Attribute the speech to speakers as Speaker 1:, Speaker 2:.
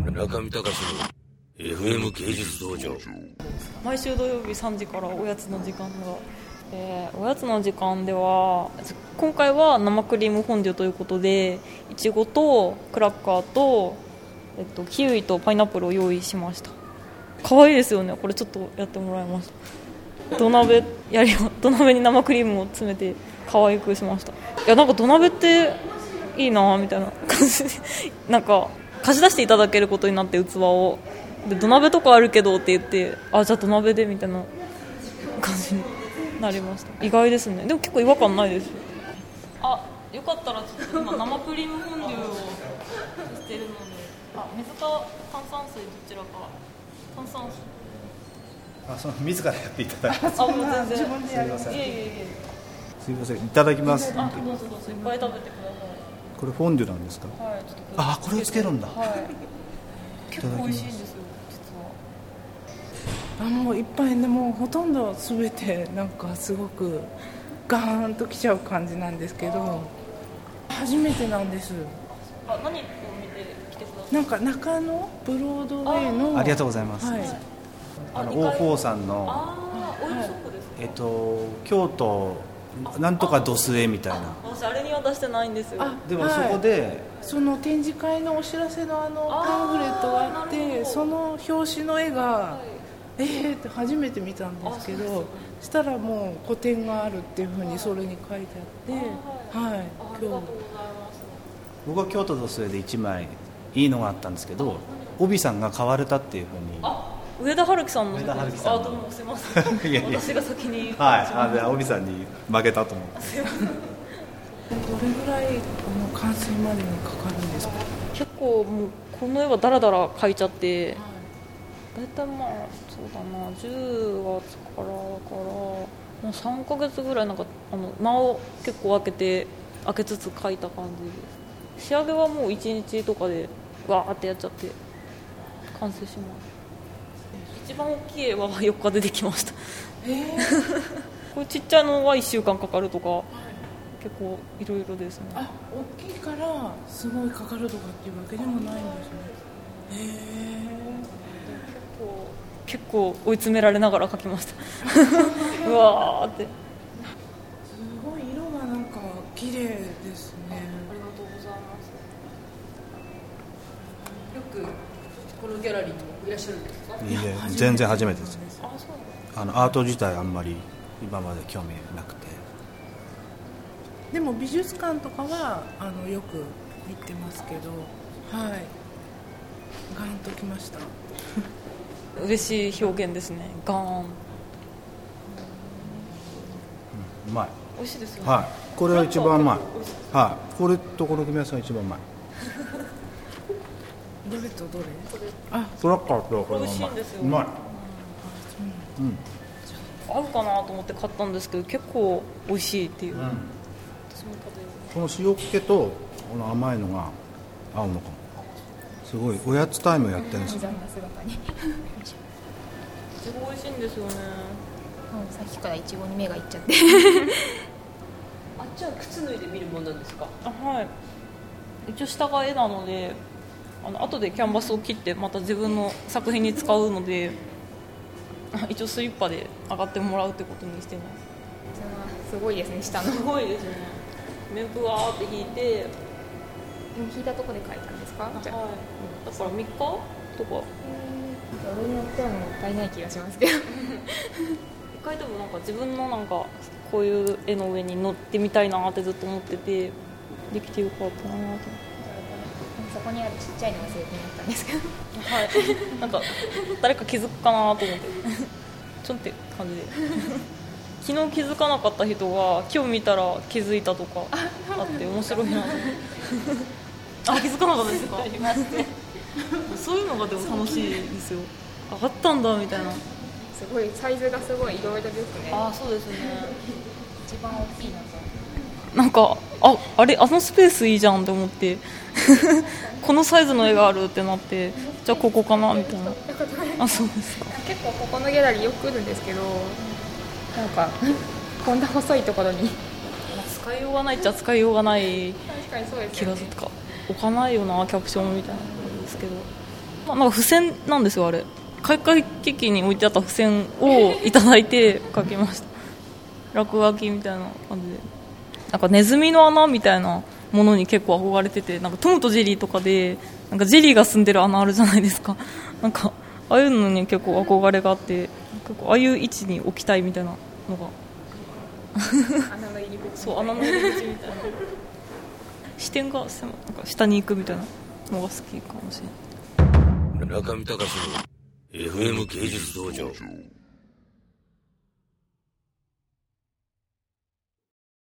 Speaker 1: 村上隆の FM 芸術道場
Speaker 2: 毎週土曜日3時からおやつの時間が、えーおやつの時間では今回は生クリームフォンデュということでいちごとクラッカーと、えっと、キウイとパイナップルを用意しました可愛いですよねこれちょっとやってもらいました土鍋やりを 土鍋に生クリームを詰めて可愛くしましたいやなんか土鍋っていいなみたいな感じで なんか貸し出していただけることになって器をで土鍋とかあるけどって言ってあじゃあ土鍋でみたいな感じになりました意外ですねでも結構違和感ないですあよかったらちょっと今生クリームフォンデュをしてるのであ水か炭酸水どちらか炭酸水
Speaker 3: あその自らやっていただき
Speaker 2: あもう全然
Speaker 3: すみません
Speaker 2: いえいえいえ
Speaker 3: すみませんいただきます
Speaker 2: あどうぞどうぞいっぱい食べてくだ
Speaker 3: これフォンデュなんですか
Speaker 2: さいはいちょっとこれ
Speaker 3: あこれをつけるんだ
Speaker 2: はい結構美味しいんですよ実は
Speaker 4: あもう一杯でもうほとんど全てなんかすごくガーンときちゃう感じなんですけど初めてなんです
Speaker 2: あ何を見て来てください
Speaker 4: なんか中野ブロードウェイの
Speaker 3: ありがとうございます
Speaker 4: はい、
Speaker 3: あの
Speaker 2: 二階
Speaker 3: 王鵬さんの
Speaker 2: ああお湯ショックですか
Speaker 3: えっと京都なんとかドスエみたいな
Speaker 2: 私あれには出してないんですよ
Speaker 4: あ
Speaker 3: でも
Speaker 4: はい
Speaker 3: そこで
Speaker 4: その展示会のお知らせのあの
Speaker 2: あー
Speaker 4: パンフレットがあっ
Speaker 2: なるほど
Speaker 4: てその表紙の絵が
Speaker 2: い
Speaker 4: えーって初めて見たんですけ
Speaker 2: あそう
Speaker 4: どしたらもう個展があるっていうふうにそれに書いてあっては
Speaker 2: あ
Speaker 4: い
Speaker 2: ありがと
Speaker 4: 今
Speaker 2: うございます
Speaker 3: 僕は京都ドスエで1枚いいのがあったんですけど帯さんが買われたっていうふうには
Speaker 2: あ上田春樹さんの
Speaker 3: 上田春樹さんの
Speaker 2: あどうも すいません
Speaker 3: いやいや
Speaker 2: 私が先に
Speaker 3: いあで帯さんに負けたと思って
Speaker 4: どれぐらいあの完成までにかかるんですか
Speaker 2: 結構もうこの絵はだらだら描いちゃって大体まあそうだな10月からだからもう3ヶ月ぐらいなんかあの間を結構空けて空けつつ描いた感じです仕上げはもう1日とかでわーってやっちゃって完成します一番大きい絵は4日でできました
Speaker 4: え
Speaker 2: これちっちゃいのは1週間かかるとか結構いろいろですね
Speaker 4: あ大きいからすごいかかるとかっていうわけでもないんですね
Speaker 2: 結構追い詰められながら描きま したうわーって
Speaker 4: へえすごい色がなんか綺麗ですね
Speaker 2: ありがとうございます
Speaker 5: よくこのギャラリーにもいらっしゃるんですか
Speaker 3: いえ全然初めてです
Speaker 2: あそうなんです
Speaker 3: あのアート自体あんまり今まで興味なくて
Speaker 4: でも美術館とかはあのよく行ってますけどはいガンときました
Speaker 2: 嬉しい表現ですねガーン
Speaker 3: うまい
Speaker 2: 美味しいですよね、
Speaker 3: はいこれは一番うまい
Speaker 2: 結構美味しいです
Speaker 3: はいこれとこの組み合わせが一番うまい
Speaker 4: どれとどれ
Speaker 3: クラッカーとこ
Speaker 2: 美
Speaker 3: れがう
Speaker 2: 味しい
Speaker 3: ま
Speaker 2: ん
Speaker 3: い
Speaker 2: ですよ
Speaker 3: うまい
Speaker 2: 合うかなと思って買ったんですけど結構美味しいっていう、
Speaker 3: うん
Speaker 2: 私も食べよう
Speaker 3: この塩気とこの甘いのが合うのかもすごいおやつタイムやってるんですよ
Speaker 2: いちご美味しいんですよね
Speaker 6: もうさっきからイチゴに目がいっちゃって
Speaker 5: あっちは靴脱いで見るもんなんですか
Speaker 2: あはい一応下が絵なのであの後でキャンバスを切ってまた自分の作品に使うので あ一応スリッパで上がってもらうってことにしてます
Speaker 6: すごいですね下のです
Speaker 2: ごいですね面布わーって引いて
Speaker 6: も引いたとこで描いたんですか
Speaker 2: はい
Speaker 6: じ
Speaker 2: だ
Speaker 6: ゃあ
Speaker 2: から3日とか
Speaker 6: それによってはもったいない気がしますけど
Speaker 2: 一回でもなんか自分のなんかこういう絵の上に乗ってみたいなってずっと思っててできてよかったなーと
Speaker 6: そこにあるちっちゃいのが正解だったんですけど
Speaker 2: はい なんか誰か気づくかなと思ってちょんって感じで昨日気づかなかった人が今日見たら気づいたとかあって面白いなと 思ってあ気づかなかったですかそういうのがでも楽しいですよ上がったんだみたいな
Speaker 6: すごいサイズがすごいいろいろですね
Speaker 2: そうですね
Speaker 6: 一番大きいのと
Speaker 2: なんかああれあのスペースいいじゃんって思って このサイズの絵があるってなってじゃあここかなみたいなあそうですか
Speaker 6: 結構ここのギャラリーよく来るんですけどなんかこんな細いところに
Speaker 2: 使いようがないっちゃ使いようがない
Speaker 6: 確かにそうで
Speaker 2: 気がするとか置かないよなキャプションみたいなんですけどまあなんか付箋なんですよあれ開会機器に置いてあった付箋をいただいて書きました落書きみたいな感じでなんかネズミの穴みたいなものに結構憧れててなんかトムとジェリーとかでなんかジェリーが住んでる穴あるじゃないですか なんかああいうのに結構憧れがあって結構ああいう位置に置きたいみたいなのが
Speaker 6: 穴の入り口
Speaker 2: そう穴の入り口みたいな 視点が狭いなんか下に行くみたいなのが好きかもしれない
Speaker 1: 村上隆の FM 芸術道場。